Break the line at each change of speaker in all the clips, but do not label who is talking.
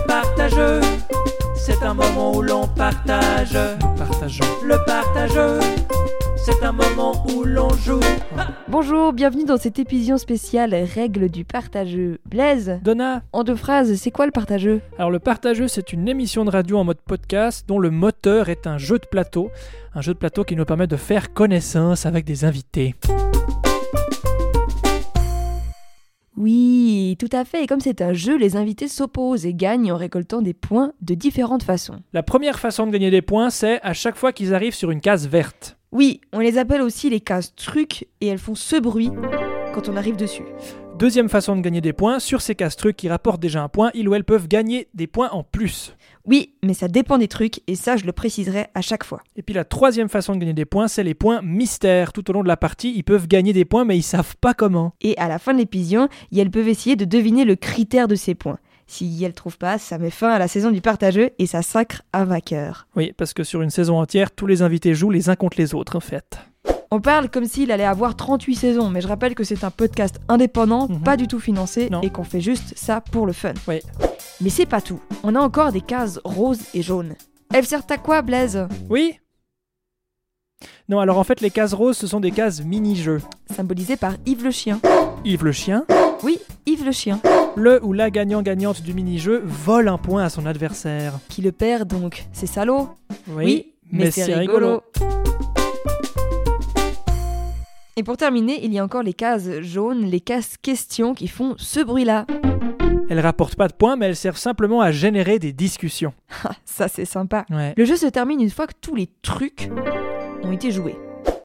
partageux, c'est un moment où l'on partage.
Partageons.
Le partageux, c'est un moment où l'on joue.
Bonjour, bienvenue dans cette épisode spéciale Règles du partageux. Blaise,
Donna,
en deux phrases, c'est quoi le partageux
alors le Partageux, c'est une émission de radio en mode podcast dont le moteur est un jeu de plateau. Un jeu de plateau qui nous permet de faire connaissance avec des invités.
Oui, tout à fait. Et comme c'est un jeu, les invités s'opposent et gagnent en récoltant des points de différentes façons.
La première façon de gagner des points, c'est à chaque fois qu'ils arrivent sur une case verte.
Oui, on les appelle aussi les cases trucs et elles font ce bruit quand on arrive dessus.
Deuxième façon de gagner des points, sur ces cases trucs qui rapportent déjà un point, ils ou elles peuvent gagner des points en plus.
Oui, mais ça dépend des trucs et ça je le préciserai à chaque fois.
Et puis la troisième façon de gagner des points, c'est les points mystères. Tout au long de la partie, ils peuvent gagner des points mais ils savent pas comment.
Et à la fin de l'épisode, et elles peuvent essayer de deviner le critère de ces points. Si elles trouvent pas, ça met fin à la saison du partageux et ça sacre un vainqueur.
Oui, parce que sur une saison entière, tous les invités jouent les uns contre les autres en fait.
On parle comme s'il allait avoir 38 saisons, mais je rappelle que c'est un podcast indépendant,
Mhm.
pas du tout financé,
Non.
et qu'on fait juste ça pour le fun.
Ouais.
Mais c'est pas tout. On a encore des cases roses et jaunes. Elles servent à quoi, Blaise
Oui Non, alors en fait, les cases roses, ce sont des cases mini-jeux.
Symbolisées par Yves le chien.
Yves le chien,
Oui, Yves le chien.
le ou la gagnant-gagnante du mini-jeu vole un point à son adversaire.
Qui le perd donc C'est salaud
Oui,
Et pour terminer, il y a encore les cases jaunes, les cases questions qui font ce bruit-là.
Elles rapportent pas de points, mais elles servent simplement à générer des discussions.
Ah, ça c'est sympa.
Ouais.
Le jeu se termine une fois que tous les trucs ont été joués.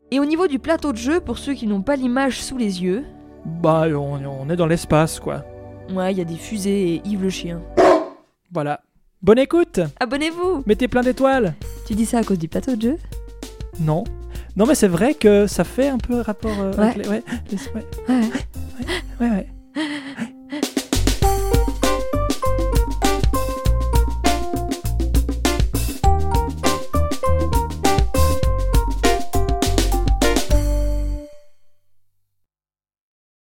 Et au niveau du plateau de jeu, pour ceux qui n'ont pas l'image sous les yeux,
Bah, on, on est dans l'espace, quoi.
ouais, il y a des fusées et Yves le chien.
Voilà. Bonne écoute
Abonnez-vous
Mettez plein d'étoiles
Tu dis ça à cause du plateau de jeu
Non. Non, mais c'est vrai que ça fait un peu rapport euh, avec les- ouais, les- ouais,
Ouais.
ouais, ouais.